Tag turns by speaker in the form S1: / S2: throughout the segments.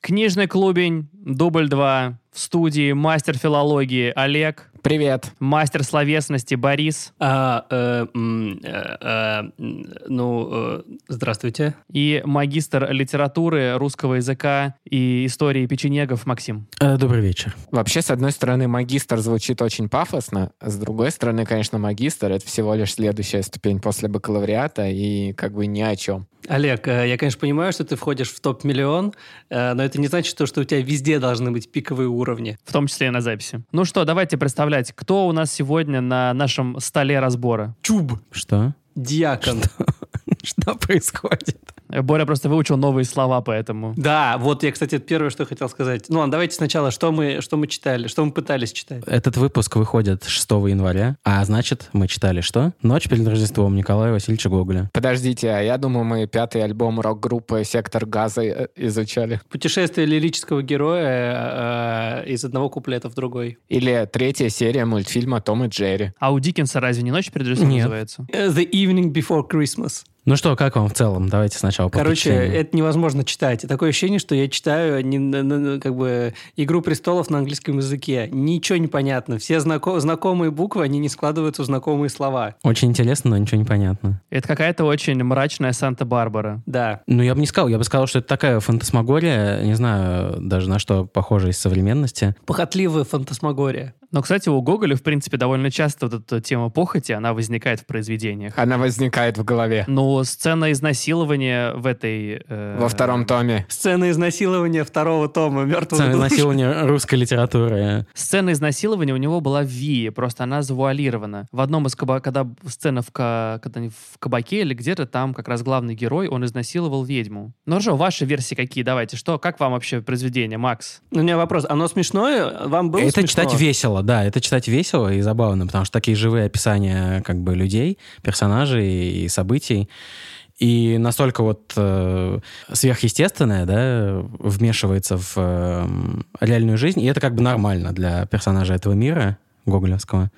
S1: Книжный клубень, дубль 2, в студии мастер филологии Олег,
S2: Привет.
S1: мастер словесности Борис
S3: А, э, м, э, э, м, ну, э, здравствуйте.
S1: и магистр литературы, русского языка и истории печенегов Максим.
S4: Э, Добрый вечер.
S2: Вообще, с одной стороны, магистр звучит очень пафосно, с другой стороны, конечно, магистр — это всего лишь следующая ступень после бакалавриата и как бы ни о чем.
S3: Олег, э, я, конечно, понимаю, что ты входишь в топ-миллион, э, но это не значит, то, что у тебя везде должны быть пиковые уровни.
S1: В том числе и на записи. Ну что, давайте представлять, кто у нас сегодня на нашем столе разбора.
S3: Чуб,
S4: Что?
S3: диакон.
S4: Что происходит?
S1: Э, Боря просто выучил новые слова, поэтому...
S3: Да, вот я, кстати, это первое, что хотел сказать. Ну, ладно, давайте сначала, что мы, что мы читали, что мы пытались читать.
S4: Этот выпуск выходит 6 января, а значит, мы читали что? «Ночь перед Рождеством» Николая Васильевича Гоголя.
S2: Подождите, а я думаю, мы пятый альбом рок-группы «Сектор газа» э, изучали.
S3: Путешествие лирического героя э, э, из одного куплета в другой.
S2: Или третья серия мультфильма «Том и Джерри».
S1: А у Диккенса разве не «Ночь перед Рождеством»
S4: Нет.
S1: называется?
S3: Э, The Evening Before Christmas.
S4: Ну что, как вам в целом? Давайте сначала по
S3: Короче, э,
S4: впечатлениям.
S3: это невозможно читать. И такое ощущение, что я читаю а не- на- на- на- как бы «Игру престолов» на английском языке. Ничего не понятно. Все знако- знакомые буквы, они не складываются в знакомые слова.
S4: Очень интересно, но ничего не понятно.
S1: Это какая-то очень мрачная Санта-Барбара.
S3: Да.
S4: Ну, я бы не сказал. Я бы сказал, что это такая фантасмагория, не знаю даже на что похожа из современности.
S3: Похотливая фантасмагория.
S1: Но, кстати, у Гоголя, в принципе, довольно часто вот эта тема похоти, она возникает в произведениях.
S2: Она возникает в голове
S1: Ну, сцена изнасилования в этой... э,
S2: во втором томе.
S3: Сцена изнасилования второго тома «Мертвого
S4: Самое
S3: душа».
S4: насилование русской литературы.
S1: Сцена изнасилования у него была в Вии, просто она завуалирована. В одном из каба- когда сцена в, ка- когда они в кабаке или где-то там как раз главный герой, он изнасиловал ведьму. Ну хорошо, ваши версии какие? Давайте, что, как вам вообще произведение, Макс?
S3: У меня вопрос. Оно смешное? Вам было
S4: это
S3: смешно?
S4: читать весело, да, это читать весело и забавно, потому что такие живые описания как бы людей, персонажей и событий. И настолько вот э, сверхъестественное, да, вмешивается в э, реальную жизнь. И это как бы нормально для персонажа этого мира, гоголевского.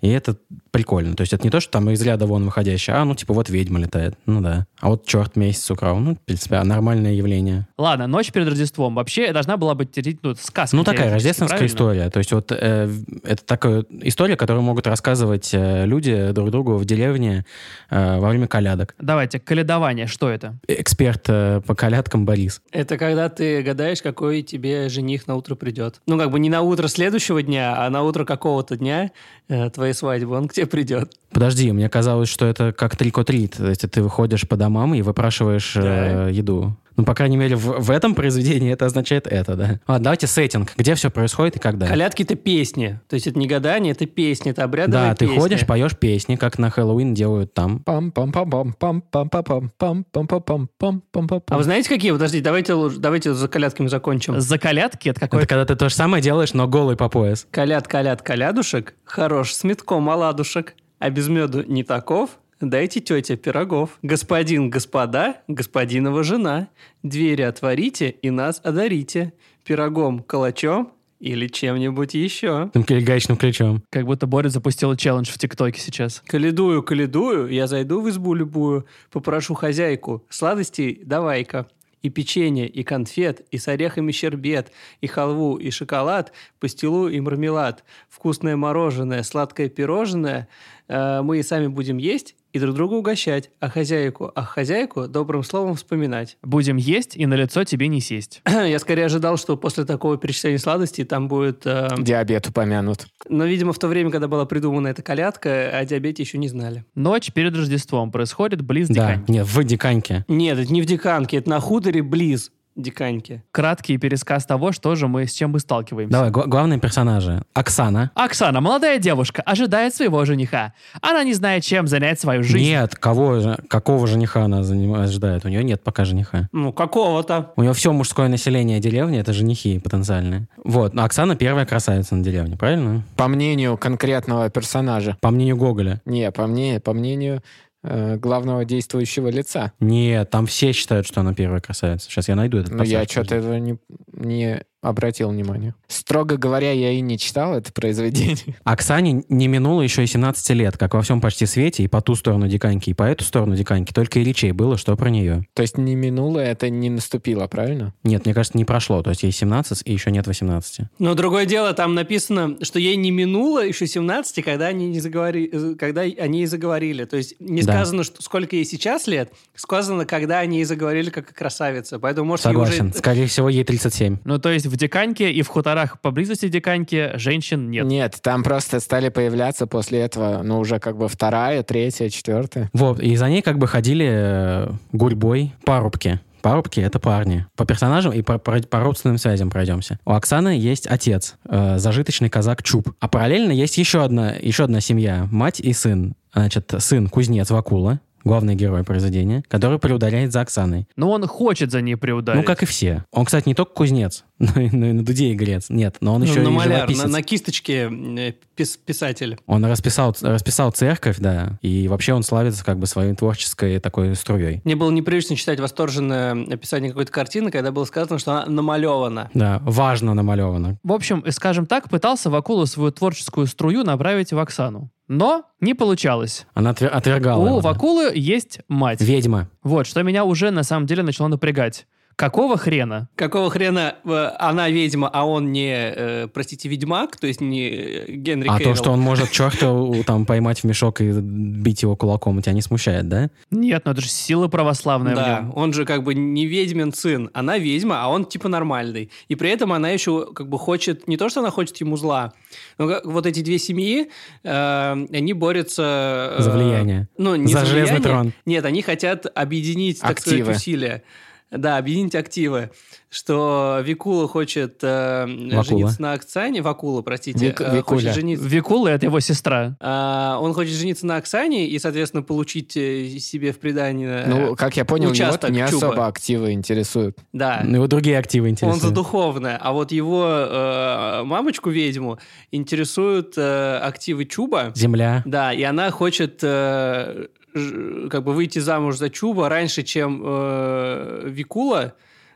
S4: И это прикольно. То есть это не то, что там из ряда вон выходящее, а ну типа вот ведьма летает, ну да. А вот черт месяц украл, ну, в принципе, а нормальное явление.
S1: Ладно, «Ночь перед Рождеством» вообще должна была быть теоретически, ну, сказка.
S4: Ну, такая
S1: теоретически,
S4: рождественская
S1: правильно?
S4: история. То есть вот э, в- это такая история, которую могут рассказывать э, люди друг другу в деревне э, во время колядок.
S1: Давайте, «Каледование», что это?
S4: Эксперт э, по колядкам Борис.
S3: Это когда ты гадаешь, какой тебе жених на утро придет. Ну, как бы не на утро следующего дня, а на утро какого-то дня э, твоей свадьбы. Он к тебе придет.
S4: Подожди, мне казалось, что это как трикотрит. То есть ты выходишь по домам и выпрашиваешь э,
S3: Да.
S4: еду. Ну, по крайней мере, в, в этом произведении это означает это, да. Ладно, давайте сеттинг. Где все происходит и когда?
S3: Колядки это песни. То есть это не гадание, это песни, это обрядовые
S4: Да, ты
S3: песни.
S4: ходишь, поешь песни, как на Хэллоуин делают там.
S2: пам пам пам пам пам пам пам пам пам пам пам пам пам пам
S3: А вы знаете, какие? Подождите, давайте, лучше- давайте за колядками
S2: Ну.
S3: закончим.
S1: Закалятки? Это какой
S4: Это когда ты то же самое делаешь, но голый по пояс.
S3: Коляд, коляд, колядушек, хорош с метком оладушек, а без меду не таков, дайте тете пирогов. Господин, господа, господинова жена, двери отворите и нас одарите пирогом, калачом или чем-нибудь еще.
S4: Там кли- гаечным ключом.
S1: Как будто Боря запустила челлендж в ТикТоке сейчас.
S3: Каледую, каледую, я зайду в избу любую, попрошу хозяйку, сладостей давай-ка. И печенье, и конфет, и с орехами щербет, и халву, и шоколад, пастилу и мармелад, вкусное мороженое, сладкое пирожное. Э, мы и сами будем есть и друг друга угощать, а хозяйку, а хозяйку добрым словом вспоминать.
S1: Будем есть, и на лицо тебе не сесть.
S3: Я скорее ожидал, что после такого перечисления сладостей там будет... э,
S2: Диабет упомянут.
S3: Но, видимо, в то время, когда была придумана эта колядка, о диабете еще не знали.
S1: Ночь перед Рождеством происходит близ
S4: Да,
S1: Дикань.
S4: нет, в диканьке.
S3: Нет, это не в Диканке, это на хуторе близ Диканьки.
S1: Краткий пересказ того, что же мы, с чем мы сталкиваемся.
S4: Давай, гла- главные персонажи. Оксана.
S1: Оксана, молодая девушка, ожидает своего жениха. Она не знает, чем занять свою жизнь.
S4: Нет, кого, же- какого жениха она заним- ожидает? У нее нет пока жениха.
S3: Ну, какого-то.
S4: У нее все мужское население деревни, это женихи потенциальные. Вот, но Оксана первая красавица на деревне, правильно?
S2: По мнению конкретного персонажа.
S4: По мнению Гоголя.
S2: Не, по мне, по мнению э, главного действующего лица.
S3: Ну,
S4: Нет, там все считают, что она первая красавица. Сейчас я найду этот
S2: Но я
S4: пассаж,
S2: что-то этого не, не обратил внимание. Строго говоря, я и не читал это произведение.
S4: Оксане не минуло еще и 17 лет, как во всем почти свете, и по ту сторону диканьки, и по эту сторону диканьки, только и речей было, что про нее.
S2: То есть не минуло, это не наступило, правильно?
S4: Нет, мне кажется, не прошло. То есть ей 17, и еще нет 18.
S3: Но другое дело, там написано, что ей не минуло еще 17, когда они, не заговори... э, когда они и заговорили. То есть не
S4: Да.
S3: сказано, что сколько ей сейчас лет, сказано, когда они и заговорили, как и красавица. Поэтому, может, ей
S4: Согласен.
S3: уже...
S4: Скорее всего, ей 37.
S1: Ну, то есть в Диканьке и в хуторах поблизости Диканьки женщин нет.
S2: там просто стали появляться после этого, ну, уже как бы вторая, третья, четвертая.
S4: Вот, и за ней как бы ходили э, гурьбой парубки. Парубки — это парни. По персонажам и по, по- по родственным связям пройдемся. У Оксаны есть отец, э, зажиточный казак Чуб. А параллельно есть еще одна, еще одна семья — мать и сын. Значит, сын — кузнец Вакула, главный герой произведения, который приударяет за Оксаной.
S1: Но он хочет за ней приударить.
S4: Ну, как и все. Он, кстати, не только кузнец, но и, но и на дуде игрец. Нет, но он
S3: Ну,
S4: еще
S3: на
S4: и
S3: маляр, на,
S4: живописец.
S3: на кисточке э, пис- писатель.
S4: Он расписал, расписал церковь, да, и вообще он славится как бы своей творческой такой струей.
S3: Мне было непривычно читать восторженное описание какой-то картины, когда было сказано, что она намалевана.
S4: Да, важно намалевано.
S1: В общем, и, скажем так, пытался Вакулу свою творческую струю направить в Оксану. Но не получалось.
S4: Она отвер- отвергала.
S1: У
S4: его, да.
S1: Вакулы есть мать.
S4: Ведьма.
S1: Вот, что меня уже на самом деле начало напрягать. Какого хрена?
S3: Какого хрена э, она ведьма, а он не, э, простите, ведьмак, то есть не э, Генри
S4: А то,
S3: Кевилл?
S4: что он может черта у- там поймать в мешок и бить его кулаком, тебя не смущает, да?
S1: Нет, ну это же сила православная в
S3: Да,
S1: нем.
S3: он же как бы не ведьмин сын, она ведьма, а он типа нормальный. И при этом она еще как бы хочет, не то, что она хочет ему зла, но как- вот эти две семьи, э, они борются... э,
S4: За влияние.
S3: Ну, не
S4: За железный
S3: влияние.
S4: трон.
S3: Нет, они хотят объединить, так
S2: Активы.
S3: сказать, усилия. Да, объединить активы. Что Викула хочет э, жениться на Оксане, Вакула, простите,
S2: Вик-
S3: э,
S2: Викуля.
S3: хочет жениться
S1: Викула — это его сестра.
S3: а, он хочет жениться на Оксане и, соответственно, получить э, себе в Э, приданное.
S2: Ну, как я понял, его
S3: участок
S2: не
S3: чуба.
S2: особо активы интересуют.
S3: да.
S4: Ну, Его другие активы
S3: А. Он за
S4: интересуют.
S3: духовное, а вот его э, мамочку-ведьму интересуют э, активы Чуба.
S4: Земля.
S3: Да, и она хочет э, ж- как бы выйти замуж за Чуба раньше, чем э, Викула.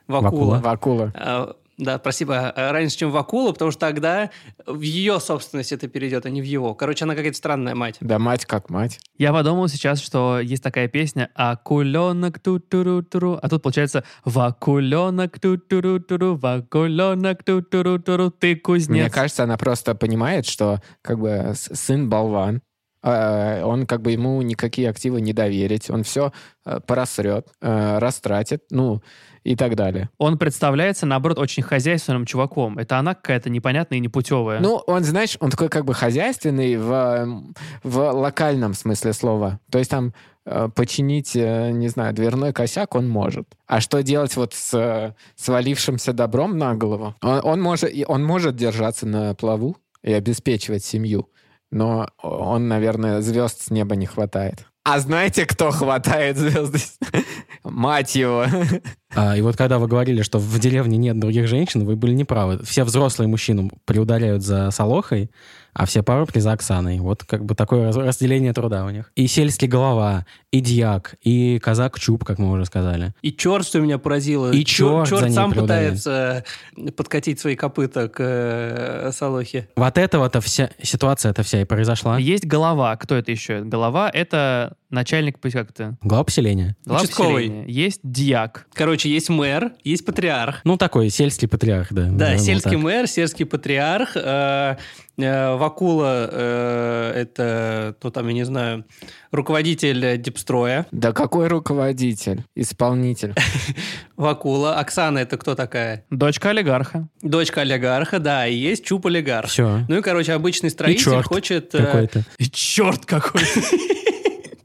S3: Вакула.
S4: Вакула.
S2: Вакула.
S3: А, Да, спасибо. А, Раньше, чем Вакула, потому что тогда в ее собственность это перейдет, а не в его. Короче, она какая-то странная мать.
S2: Да мать как мать.
S1: Я подумал сейчас, что есть такая песня «Акуленок ту-туру-туру», а тут получается «Вакуленок ту-туру-туру, вакуленок ту-туру-туру, ты
S2: Мне
S1: кузнец».
S2: кажется, она просто понимает, что как бы с- сын болван, э, он как бы ему никакие активы не доверить, он все порасрет, э, растратит, ну и так далее.
S1: Он представляется, наоборот, очень хозяйственным чуваком. Это она какая-то непонятная и непутевая.
S2: Ну, он, знаешь, он такой как бы хозяйственный в, эм, в локальном смысле слова. То есть там э, починить, э, не знаю, дверной косяк он может. А что делать вот с э, свалившимся добром на голову? Он, он может, и он может держаться на плаву и обеспечивать семью, но он, наверное, звезд с неба не хватает. А знаете, кто хватает звезды? Мать его.
S4: А, и вот когда вы говорили, что в деревне нет других женщин, вы были неправы. Все взрослые мужчины приударяют за Солохой, а все парубки за Оксаной. Вот как бы такое раз- разделение труда у них. И сельский голова, и дьяк, и казак Чуб, как мы уже сказали.
S3: И черт, что меня поразило.
S4: И
S3: Чё-
S4: чёрт за ней
S3: сам
S4: преударяет.
S3: пытается э, подкатить свои копыта к э, Солохе.
S4: Вот этого-то вся ситуация-то вся и произошла.
S1: Есть голова. Кто это еще? Голова — это начальник, пусть как то
S4: Глава поселения.
S1: глава
S3: Участковый.
S1: поселения. Есть дьяк.
S3: Короче, есть мэр, есть патриарх.
S4: Ну, такой сельский патриарх, да.
S3: Да,
S4: Наверное,
S3: сельский
S4: Ну, так.
S3: мэр, сельский патриарх. э, э, Вакула э, это, то там, я не знаю, руководитель э, дипстроя.
S2: Да какой руководитель, исполнитель.
S3: Вакула. Оксана это кто такая?
S1: Дочка олигарха.
S3: Дочка олигарха, да, и есть чуп олигарх.
S4: Все.
S3: Ну и, короче, обычный строитель
S4: чёрт
S3: хочет... э,
S4: Какой-то.
S1: И черт какой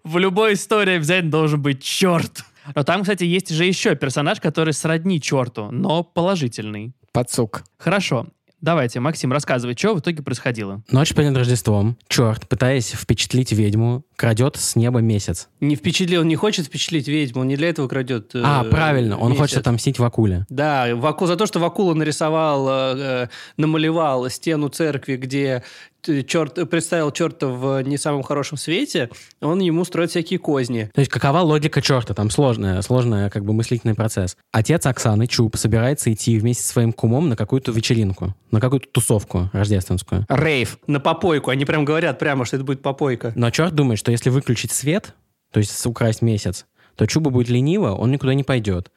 S1: В любой истории обязательно должен быть черт. Но там, кстати, есть же еще персонаж, который сродни черту, но положительный.
S2: Пацук.
S1: Хорошо, давайте, Максим, рассказывай, что в итоге происходило.
S4: Ночь перед Рождеством. Черт, пытаясь впечатлить ведьму, крадет с неба месяц.
S3: Не впечатлил, он не хочет впечатлить ведьму, он не для этого крадет. э,
S4: А, правильно, он
S3: месяц.
S4: хочет отомстить Вакуле.
S3: Да, Ваку, за то, что Вакула нарисовал, э, э, намалевал стену церкви, где черт, представил черта в не самом хорошем свете, он ему строит всякие козни.
S4: То есть какова логика черта? Там сложная, сложная как бы мыслительный процесс. Отец Оксаны, Чуб, собирается идти вместе со своим кумом на какую-то вечеринку, на какую-то тусовку рождественскую.
S2: Рейв.
S3: На попойку. Они прям говорят прямо, что это будет попойка.
S4: Но черт думает, что если выключить свет, то есть украсть месяц, то Чуба будет лениво, он никуда не пойдет.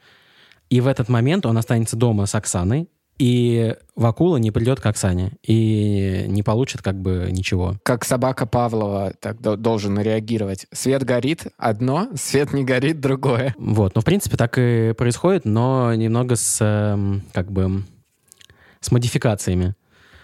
S4: И в этот момент он останется дома с Оксаной, и Вакула не придет к Оксане и не получит как бы ничего.
S2: Как собака Павлова так до- должен реагировать. Свет горит одно, свет не горит другое.
S4: Вот, ну в принципе так и происходит, но немного с эм, как бы с модификациями,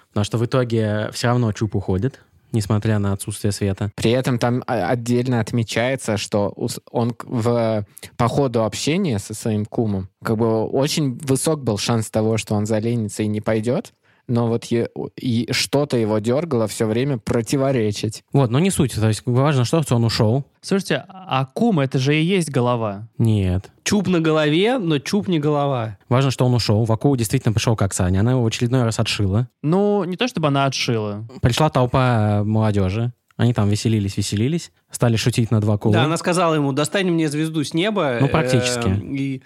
S4: потому что в итоге все равно Чуп уходит, несмотря на отсутствие света.
S2: При этом там а, отдельно отмечается, что ус- он к- в по ходу общения со своим кумом, как бы очень высок был шанс того, что он заленится и не пойдет, но вот е- и что-то его дергало все время противоречить.
S4: Вот, но не суть, то есть важно, что что он ушел.
S1: Слушайте, а кума это же и есть голова.
S4: Нет,
S3: Чуб на голове, но чуб не голова.
S4: важно, что он ушел. Вакула действительно пришел к Оксане, она его в очередной раз отшила.
S1: Ну, не то чтобы она отшила.
S4: Пришла толпа э, молодежи. Они там веселились, веселились, стали шутить над Вакулой.
S3: Да, она сказала ему, достань мне звезду с неба.
S4: Ну, практически.
S3: э, И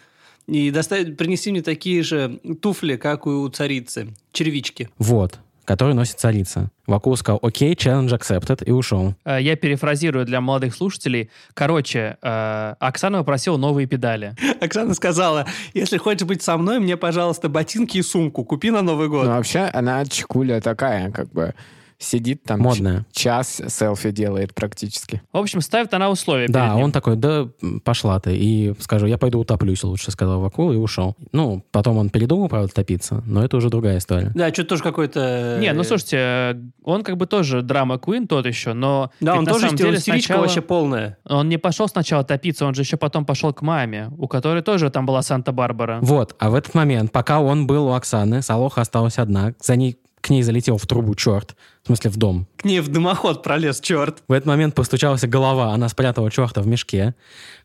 S3: и достань- принеси мне такие же туфли, как у царицы. Червички.
S4: Вот, который носит царица. Вакула сказал, окей, челлендж accepted, и ушел.
S1: Э, Я перефразирую для молодых слушателей. Короче, э, Оксана попросила новые педали.
S3: Оксана сказала, если хочешь быть со мной, мне, пожалуйста, ботинки и сумку. Купи на Новый год.
S2: Но вообще она чекуля такая, как бы сидит там
S4: Модная.
S2: ч- час селфи делает практически.
S1: В общем, ставит она условия.
S4: Да,
S1: перед
S4: а
S1: ним.
S4: он такой, да м, пошла ты. И скажу, я пойду утоплюсь лучше, сказал Вакул и ушел. Ну, потом он передумал, правда, топиться, но это уже другая история.
S3: Да, что-то тоже какой-то...
S1: Не, ну слушайте, э, он как бы тоже драма Queen тот еще, но...
S3: Да,
S1: ведь
S3: он
S1: на
S3: тоже
S1: самом
S3: истер-
S1: деле
S3: истеричка
S1: сначала-
S3: вообще полная.
S1: Он не пошел сначала топиться, он же еще потом пошел к маме, у которой тоже там была Санта-Барбара.
S4: Вот, а в этот момент, пока он был у Оксаны, Салоха осталась одна, за ней к ней залетел в трубу черт, в смысле в дом.
S3: К ней в дымоход пролез, черт.
S4: В этот момент постучалась голова, она спрятала черта в мешке.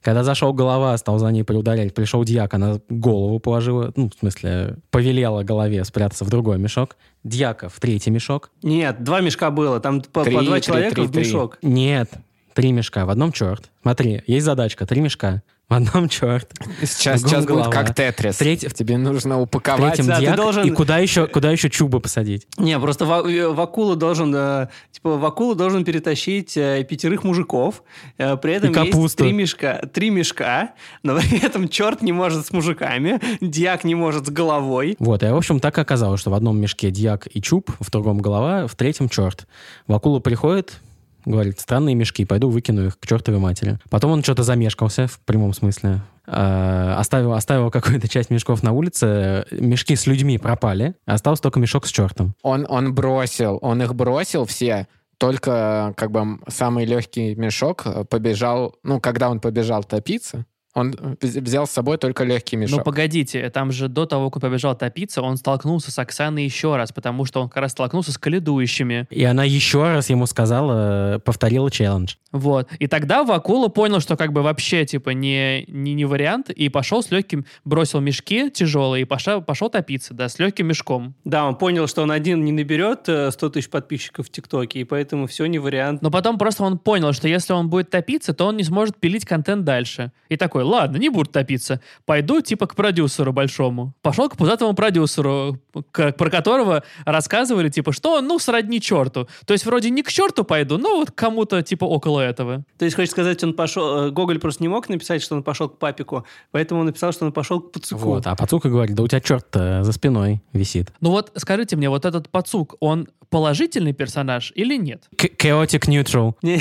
S4: Когда зашел голова, стал за ней приударять, пришел дьяк, она голову положила, ну, в смысле, повелела голове спрятаться в другой мешок. Дьяка в третий мешок.
S3: Нет, два мешка было. Там по, по
S2: Три,
S3: два
S2: три,
S3: человека
S2: три,
S3: в
S2: три.
S3: мешок.
S4: Нет, три мешка, в одном черт. Смотри, есть задачка, три мешка, в одном черт.
S2: Сейчас,
S4: Кругом
S2: сейчас будет
S4: голова.
S2: как Тетрис.
S4: Треть-
S2: Тебе нужно
S4: В
S2: упаковать.
S4: третьем
S3: да, А, ты
S4: дьяк,
S3: должен-
S4: и куда еще, куда еще чуба посадить?
S3: Не, просто Ва- э, Вакула должен, э, типа, Вакула должен перетащить э, пятерых мужиков, э, при этом есть
S4: капусту.
S3: три мешка, три мешка, но при этом черт не может с мужиками, дьяк не может с головой.
S4: Вот, и, в общем, так и оказалось, что в одном мешке дьяк и чуб, в другом голова, в третьем черт. Вакула приходит, говорит, странные мешки, пойду выкину их к чертовой матери. Потом он что-то замешкался, в прямом смысле. Э, Оставил, оставил какую-то часть мешков на улице, э, мешки с людьми пропали, остался только мешок с чертом.
S2: Он, он бросил, он их бросил все, только как бы м, самый легкий мешок э, побежал, ну, когда он побежал топиться, он э, вз- взял с собой только легкий
S1: Ну
S2: мешок.
S1: погодите, там же до того, как он побежал топиться, он столкнулся с Оксаной еще раз, потому что он как раз столкнулся с каледующими.
S4: И она еще раз ему сказала, э, повторила челлендж.
S1: Вот. И тогда Вакула понял, что как бы вообще, типа, не, не, не вариант, и пошел с легким, бросил мешки тяжелые и пошел, пошел топиться, да, с легким мешком.
S3: Да, он понял, что он один не наберет э, 100 тысяч подписчиков в ТикТоке, и поэтому все не вариант.
S1: Но потом просто он понял, что если он будет топиться, то он не сможет пилить контент дальше. И такой, ладно, не буду топиться. Пойду типа к продюсеру большому. Пошел к пузатому продюсеру, к- про которого рассказывали, типа, что он, ну, сродни черту. То есть вроде не к черту пойду, но вот к кому-то типа около этого.
S3: То есть, хочешь сказать, он пошел... э, Гоголь просто не мог написать, что он пошел к папику, поэтому он написал, что он пошел к пацаку.
S4: Вот, а пацука говорит, да у тебя черт за спиной висит.
S1: Ну вот скажите мне, вот этот пацук, он положительный персонаж или нет?
S4: К- Chaotic neutral.
S3: Не-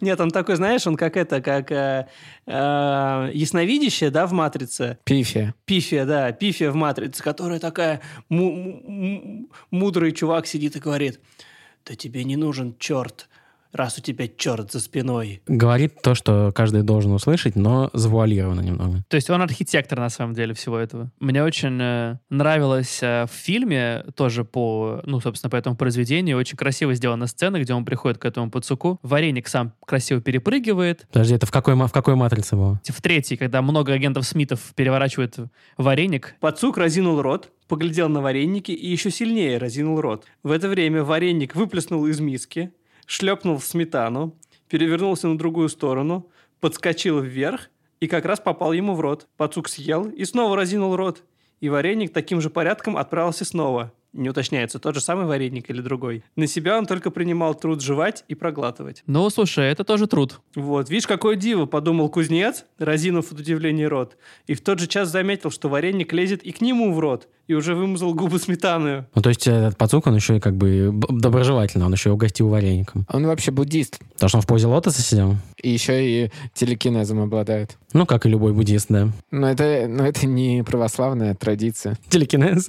S3: Нет, он такой, знаешь, он как это, как э, э, ясновидящая, да, в «Матрице».
S2: Пифия.
S3: Пифия, да, Пифия в «Матрице», которая такая му- му- му- мудрый чувак сидит и говорит, да тебе не нужен черт, раз у тебя черт за спиной.
S4: Говорит то, что каждый должен услышать, но завуалировано немного.
S1: То есть он архитектор на самом деле всего этого. Мне очень э, нравилось э, в фильме тоже по, ну, собственно, по этому произведению очень красиво сделана сцена, где он приходит к этому пацуку. Вареник сам красиво перепрыгивает.
S4: Подожди, это в какой, ма- в какой матрице было?
S1: В третьей, когда много агентов Смитов переворачивают вареник,
S3: Пацук разинул рот, поглядел на вареники и еще сильнее разинул рот. В это время вареник выплеснул из миски, шлепнул в сметану, перевернулся на другую сторону, подскочил вверх и как раз попал ему в рот. Пацук съел и снова разинул рот. И вареник таким же порядком отправился снова. Не уточняется, тот же самый вареник или другой. На себя он только принимал труд жевать и проглатывать.
S1: Ну, слушай, это тоже труд.
S3: Вот, видишь, какое диво, подумал кузнец, разинув от удивления рот. И в тот же час заметил, что вареник лезет и к нему в рот, и уже вымазал губы сметаною.
S4: Ну, то есть этот пацук, он еще и как бы б- доброжелательно, он еще и угостил вареником.
S2: Он вообще буддист.
S4: Потому что он в позе лотоса сидел.
S2: И еще и телекинезом обладает.
S4: Ну, как и любой буддист, да.
S2: Но это, но это не православная традиция.
S4: Телекинез.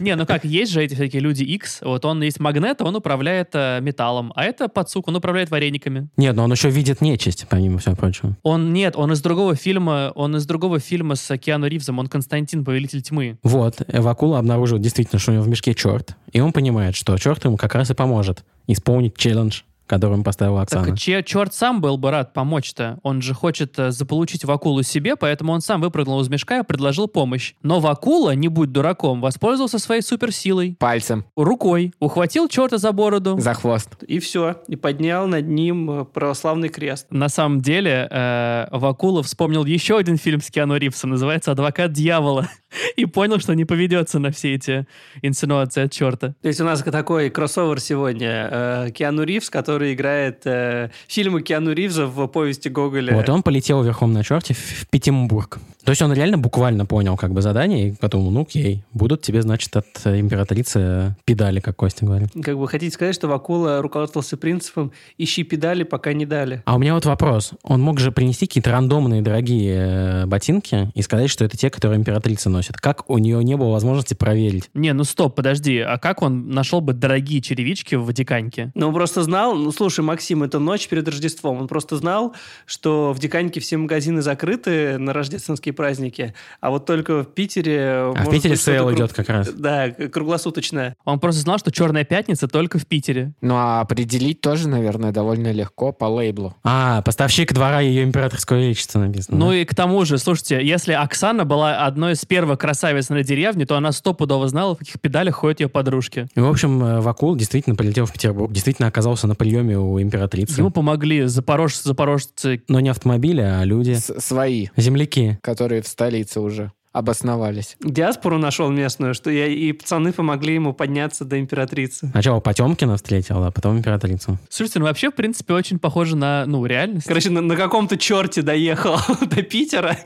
S1: Не, ну как, есть же эти всякие люди X, вот он есть магнет, а он управляет э, металлом, а это пацук, он управляет варениками.
S4: Нет, но он еще видит нечисть, помимо всего прочего.
S1: Он, нет, он из другого фильма, он из другого фильма с Киану Ривзом, он Константин, Повелитель Тьмы.
S4: Вот, Эвакула обнаружил действительно, что у него в мешке черт, и он понимает, что черт ему как раз и поможет исполнить челлендж, который ему поставила Оксана.
S1: Так че- черт сам был бы рад помочь-то. Он же хочет э, заполучить Вакулу себе, поэтому он сам выпрыгнул из мешка и предложил помощь. Но Вакула, не будь дураком, воспользовался своей суперсилой.
S2: Пальцем
S1: Рукой. Ухватил черта за бороду.
S2: за хвост.
S3: И все, и поднял над ним э, православный крест.
S1: На самом деле, э, Вакула вспомнил еще один фильм с Киану Ривзом, называется «Адвокат дьявола», и понял, что не поведется на все эти инсинуации от черта.
S3: То есть у нас такой кроссовер сегодня. э, Киану Ривз, который играет э, фильмы Киану Ривза в повести Гоголя.
S4: Вот и он полетел верхом на черте в- в Петербург. То есть он реально буквально понял как бы задание и подумал, ну окей, будут тебе, значит, от э, императрицы э, педали, как Костя говорит.
S3: Как бы хотите сказать, что Вакула руководствовался принципом «ищи педали, пока не дали».
S4: А у меня вот вопрос. Он мог же принести какие-то рандомные дорогие э, ботинки и сказать, что это те, которые императрица носит. Как у нее не было возможности проверить?
S1: Не, ну стоп, подожди, а как он нашел бы дорогие черевички в Ватиканке?
S3: Ну, он просто знал, ну, слушай, Максим, это ночь перед Рождеством, он просто знал, что в Диканьке все магазины закрыты на рождественские праздники, а вот только в Питере... э,
S4: А в Питере сейл идет как раз.
S3: Да, к- круглосуточное.
S1: Он просто знал, что «Черная пятница» только в Питере.
S2: Ну а определить тоже, наверное, довольно легко по лейблу.
S4: А, поставщик двора ее императорского величества написано.
S1: Ну и к тому же, слушайте, если Оксана была одной из первых красавиц на деревне, то она стопудово знала, в каких педалях ходят ее подружки.
S4: И, в общем, э, Вакул действительно полетел в Петербург, действительно оказался на приеме у императрицы.
S1: Ему помогли запорожцы, запорожцы
S4: Но не автомобили, а люди.
S2: С- свои,
S4: Земляки.
S2: которые в столице уже обосновались.
S3: Диаспору нашел местную, что я и пацаны помогли ему подняться до императрицы.
S4: Сначала Потемкина встретил, а потом императрицу.
S1: Слушайте, ну вообще, в принципе, очень похоже на, ну, реальность.
S3: Короче, на, на каком-то черте доехал до Питера,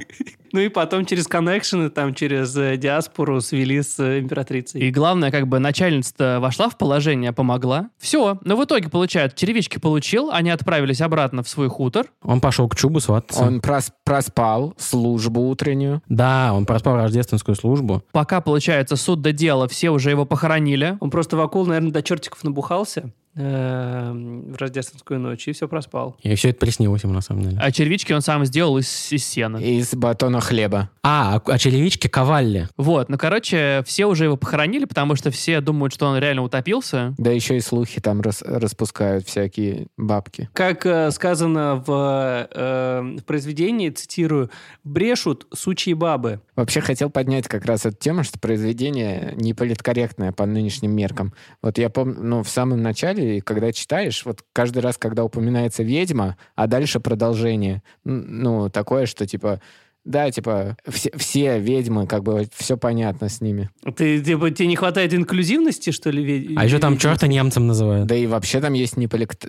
S3: ну и потом через коннекшены, там через э, диаспору свели с э, императрицей.
S1: И главное, как бы начальница вошла в положение, помогла. Все. Но в итоге, получают, черевички получил, они отправились обратно в свой хутор.
S4: Он пошел к Чубу свататься.
S2: Он прос- проспал службу утреннюю.
S4: Да, он проспал рождественскую службу.
S1: Пока, получается, суд до дела, все уже его похоронили.
S3: Он просто Вакул, наверное, до чертиков набухался э, в рождественскую ночь и все проспал.
S4: И все это приснилось ему, на самом деле.
S1: А червячки он сам сделал из, из сена.
S2: Из батона хлеба.
S4: А, а, а черевички ковали.
S1: Вот, ну, короче, все уже его похоронили, потому что все думают, что он реально утопился.
S2: Да еще и слухи там рас- распускают всякие бабки.
S3: Как э, сказано в, э, в произведении, цитирую, «брешут сучьи бабы».
S2: Вообще хотел поднять как раз эту тему, что произведение не политкорректное по нынешним меркам. Вот я помню, ну, в самом начале, когда читаешь, вот каждый раз, когда упоминается ведьма, а дальше продолжение, н- ну, такое, что типа, да, типа, все, все ведьмы, как бы, все понятно с ними.
S3: Ты, типа, тебе не хватает инклюзивности, что ли? ве-
S4: А еще там
S3: ве-
S4: черта немцем называют.
S2: Да и вообще там есть неполик-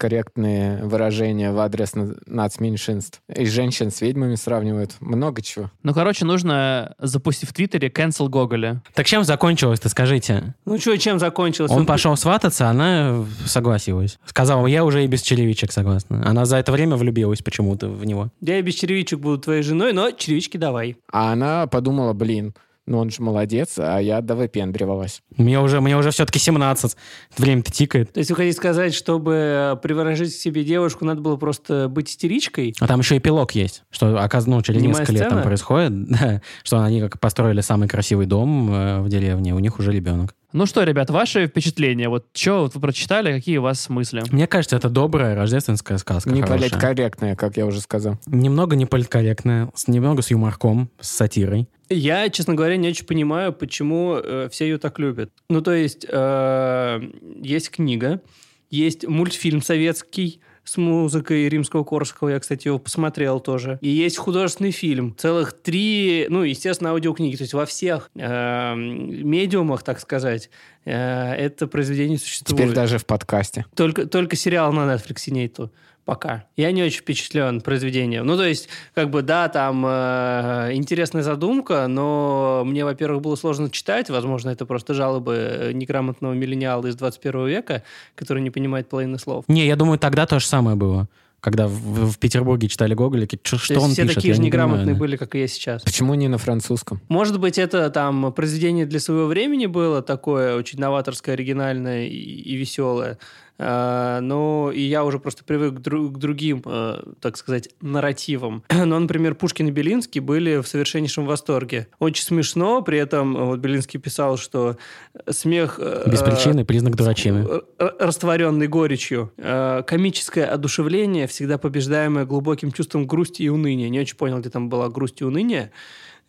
S2: неполиткорректные выражения в адрес на- нацменьшинств. И женщин с ведьмами сравнивают. Много чего.
S1: Ну, короче, нужно, запустив в Твиттере, cancel Гоголя.
S4: Так чем закончилось-то, скажите?
S3: Ну что, чем закончилось?
S4: Он пошел свататься, она э, согласилась. Сказала, я уже и без черевичек согласна. Она за это время влюбилась почему-то в него.
S3: Я и без черевичек буду твоей женой, но черевички давай.
S2: А она подумала, блин, ну он же молодец, а я довыпендривалась.
S4: Мне уже, мне уже все-таки 17. Время-то тикает.
S3: То есть вы хотите сказать, чтобы э, приворожить к себе девушку, надо было просто быть истеричкой?
S4: А там еще эпилог есть, что оказ- ну, через
S3: Снимая
S4: несколько лет там
S3: сцена?
S4: происходит, да, что они как построили самый красивый дом э, в деревне, у них уже ребенок.
S1: Ну что, ребят, ваши впечатления? Вот что вот вы прочитали, какие у вас мысли?
S4: Мне кажется, это добрая рождественская сказка.
S2: Не
S4: хорошая.
S2: политкорректная, как я уже сказал.
S4: Немного неполиткорректная, с- немного с юморком, с сатирой.
S3: Я, честно говоря, не очень понимаю, почему э, все ее так любят. Ну, то есть, э, есть книга, есть мультфильм советский с музыкой Римского-Корского, я, кстати, его посмотрел тоже. И есть художественный фильм. Целых три, ну, естественно, аудиокниги. То есть во всех э, медиумах, так сказать, э, это произведение существует.
S2: Теперь даже в подкасте.
S3: Только, только сериал на Netflix нету пока. Я не очень впечатлен произведением. Ну, то есть, как бы, да, там э, интересная задумка, но мне, во-первых, было сложно читать. Возможно, это просто жалобы э, неграмотного миллениала из 21 века, который не понимает половины слов.
S4: Не, я думаю, тогда то же самое было. Когда в, в Петербурге читали Гоголя, ки- чё- что
S3: то
S4: он
S3: есть все
S4: пишет,
S3: такие
S4: я
S3: же
S4: не
S3: неграмотные
S4: понимаю, да.
S3: были, как и я сейчас.
S2: Почему не на французском?
S3: Может быть, это там произведение для своего времени было такое, очень новаторское, оригинальное и, и веселое. А, ну, и я уже просто привык к, дру- к другим, э, так сказать, нарративам. Но, например, Пушкин и Белинский были в совершеннейшем восторге. Очень смешно, при этом э, вот Белинский писал, что смех... э,
S4: Без причины, признак дурачины.
S3: р- р- растворенный Э, горечью. Э, Комическое одушевление, всегда побеждаемое глубоким чувством грусти и уныния. Не очень понял, где там была грусть и уныние.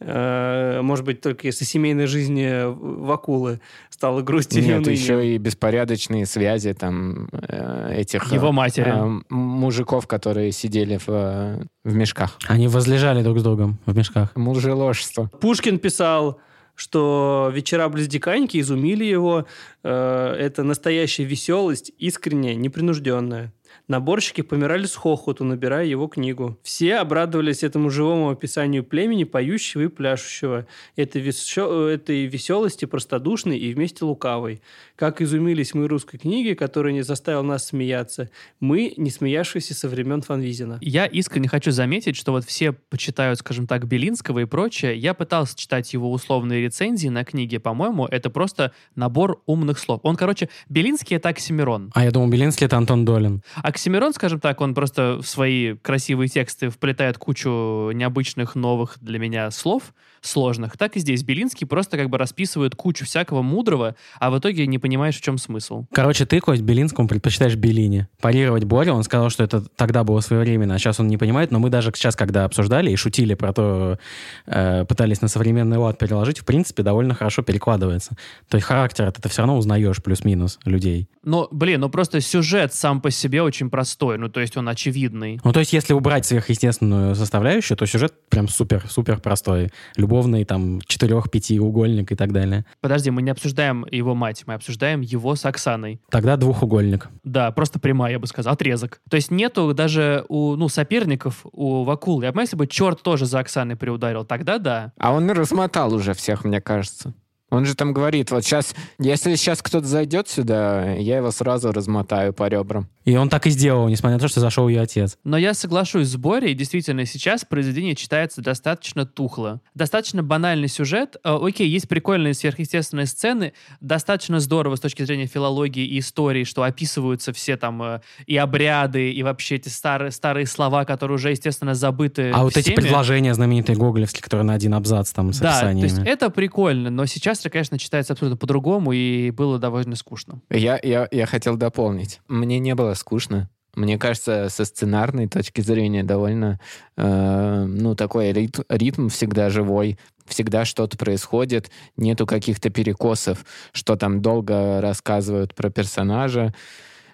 S3: Э, Может быть, только если семейной жизни в в акулы стало грусть и
S2: Нет,
S3: уныние.
S2: еще и беспорядочные связи там э, этих э,
S1: Его матери.
S2: э, м- мужиков, которые сидели в, э, в мешках.
S4: Они возлежали друг с другом в мешках.
S2: Мужеложство.
S3: Пушкин писал, что «Вечера близ Диканьки» изумили его. Э, Это настоящая веселость, искренняя, непринужденная. Наборщики помирали с хохоту, набирая его книгу. Все обрадовались этому живому описанию племени, поющего и пляшущего, этой, весё- этой веселости простодушной и вместе лукавой. Как изумились мы русской книге, которая не заставила нас смеяться. Мы, не смеявшиеся со времен Фанвизина.
S1: Я искренне хочу заметить, что вот все почитают, скажем так, Белинского и прочее. Я пытался читать его условные рецензии на книги. По-моему, это просто набор умных слов. Он, короче, Белинский — это Оксимирон.
S4: А я думал, Белинский — это Антон Долин.
S1: Оксимирон, скажем так, он просто в свои красивые тексты вплетает кучу необычных новых для меня слов, сложных. Так и здесь. Белинский просто как бы расписывает кучу всякого мудрого, а в итоге не понимаешь, в чем смысл.
S4: Короче, ты, Кость, Белинскому предпочитаешь Белине. Парировать Боря, он сказал, что это тогда было своевременно, а сейчас он не понимает, но мы даже сейчас, когда обсуждали и шутили про то, э, пытались на современный лад переложить, в принципе, довольно хорошо перекладывается. То есть характер ты все равно узнаешь плюс-минус людей.
S1: Ну, блин, ну просто сюжет сам по себе очень простой. Ну, то есть он очевидный.
S4: Ну, то есть, если убрать сверхъестественную составляющую, то сюжет прям супер-супер простой. Любовный, там, четырех-пятиугольник и так далее.
S1: Подожди, мы не обсуждаем его мать, мы обсуждаем его с Оксаной.
S4: Тогда двухугольник.
S1: Да, просто прямая, я бы сказал, отрезок. То есть нету даже у ну, соперников, у Вакул. Я понимаю, если бы черт тоже за Оксаной приударил, тогда да.
S2: А он размотал уже всех, мне кажется. Он же там говорит, вот сейчас, если сейчас кто-то зайдет сюда, я его сразу размотаю по ребрам.
S4: И он так и сделал, несмотря на то, что зашел ее отец.
S1: Но я соглашусь с Борей, действительно, сейчас произведение читается достаточно тухло. Достаточно банальный сюжет. Э, окей, есть прикольные сверхъестественные сцены. Достаточно здорово с точки зрения филологии и истории, что описываются все там э, и обряды, и вообще эти старые, старые слова, которые уже, естественно, забыты
S4: А вот эти
S1: всеми.
S4: предложения знаменитые гоголевские, которые на один абзац там с
S1: Да, то
S4: описаниями.
S1: есть это прикольно, но сейчас это, конечно, читается абсолютно по-другому и было довольно скучно.
S2: Я, я, я хотел дополнить. Мне не было скучно. Мне кажется, со сценарной точки зрения довольно, э, ну, такой рит- ритм всегда живой, всегда что-то происходит, нету каких-то перекосов, что там долго рассказывают про персонажа,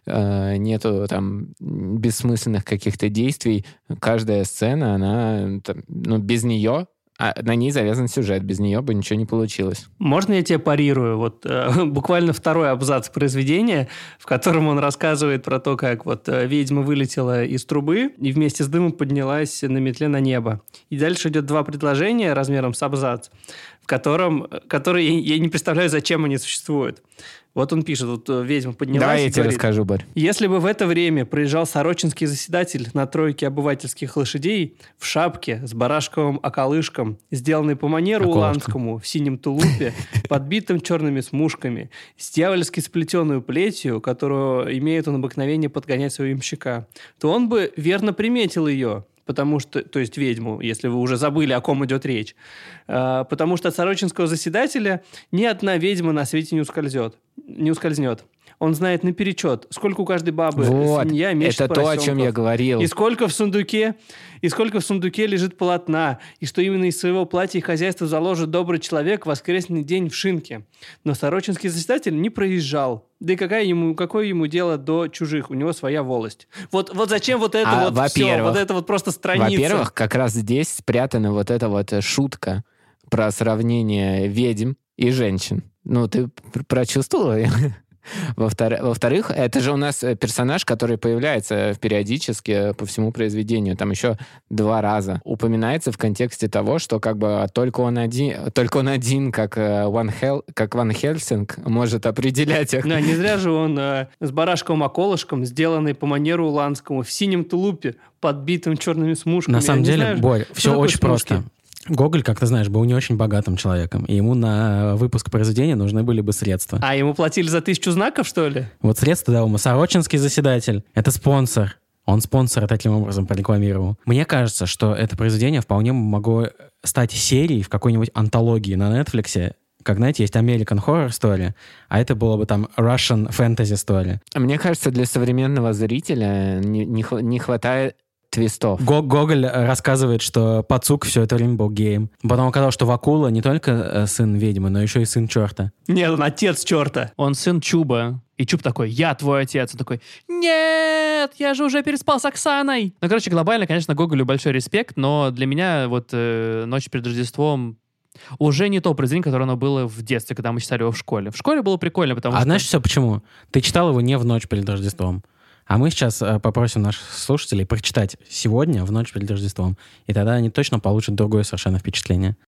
S2: э, нету там м, бессмысленных каких-то действий. Каждая сцена, она, м, там, ну, без нее, а на ней завязан сюжет, без нее бы ничего не получилось.
S3: Можно я тебе парирую? Вот э, буквально второй абзац произведения, в котором он рассказывает про то, как вот э, ведьма вылетела из трубы и вместе с дымом поднялась на метле на небо. И дальше идет два предложения размером с абзац, котором, который я, я не представляю, зачем они существуют. Вот он пишет, вот э, ведьма поднялась
S2: Давай я
S3: и
S2: тебе
S3: говорит,
S2: расскажу, Борь.
S3: Если бы в это время проезжал сорочинский заседатель на тройке обывательских лошадей в шапке с барашковым околышком, сделанной по манеру
S4: Околышком.
S3: уланскому, в синем тулупе, подбитым черными смушками, с дьявольски сплетенную плетью, которую имеет он обыкновение подгонять своего имщика, то он бы верно приметил ее, потому что, то есть ведьму, если вы уже забыли, о ком идет речь, Э, потому что от сорочинского заседателя ни одна ведьма на свете не ускользет, не ускользнет. Он знает наперечет, сколько у каждой бабы
S2: Вот,
S3: свинья мечет
S2: это то, о чем я
S3: поросенков.
S2: говорил.
S3: И сколько в сундуке, и сколько в сундуке лежит полотна, и что именно из своего платья и хозяйства заложит добрый человек в воскресный день в шинке. Но сорочинский заседатель не проезжал. Да и какая ему, какое ему дело до чужих? У него своя волость. Вот, вот зачем вот это
S2: А,
S3: вот все?
S2: во-первых,
S3: Вот это вот просто страница.
S2: Во-первых, как раз здесь спрятана вот эта вот э, шутка про сравнение ведьм и женщин. Ну, ты пр- прочувствовала? Во-втор- Во-вторых, это же у нас э, персонаж, который появляется периодически э, по всему произведению. Там еще два раза упоминается в контексте того, что как бы только он один, только он один, как э, Ван, Хел, как Ван Хельсинг, может определять их.
S3: Да, не зря же он э, с барашковым околышком, сделанный по манеру уланскому, в синем тулупе, подбитым черными смушками.
S4: На
S3: Я
S4: самом
S3: не
S4: деле,
S3: знаю,
S4: Борь, все
S3: такое
S4: очень
S3: смушки?
S4: просто. Гоголь, как ты знаешь, был не очень богатым человеком, и ему на выпуск произведения нужны были бы средства.
S3: А ему платили за тысячу знаков, что ли?
S4: Вот средства дал ему Сорочинский заседатель. Это спонсор. Он спонсора таким образом прорекламировал. Мне кажется, что это произведение вполне могло стать серией в какой-нибудь антологии на Netflix. Как, знаете, есть American Horror Story, а это было бы там Russian Fantasy Story.
S2: Мне кажется, для современного зрителя не, не хва- не хватает твистов.
S4: Го- Гоголь э, рассказывает, что Пацук все это время был геем. Потом оказалось, что Вакула не только э, сын ведьмы, но еще и сын черта.
S3: Нет, он отец черта.
S1: Он сын Чуба. И Чуб такой, я твой отец. Он такой, нет, я же уже переспал с Оксаной. Ну, короче, глобально, конечно, Гоголю большой респект, но для меня вот э, «Ночь перед Рождеством» уже не то произведение, которое оно было в детстве, когда мы читали его в школе. В школе было прикольно, потому
S4: а
S1: что...
S4: знаешь все почему? Ты читал его не в ночь перед Рождеством. А мы сейчас э, попросим наших слушателей прочитать сегодня в ночь перед Рождеством. И тогда они точно получат другое совершенно впечатление.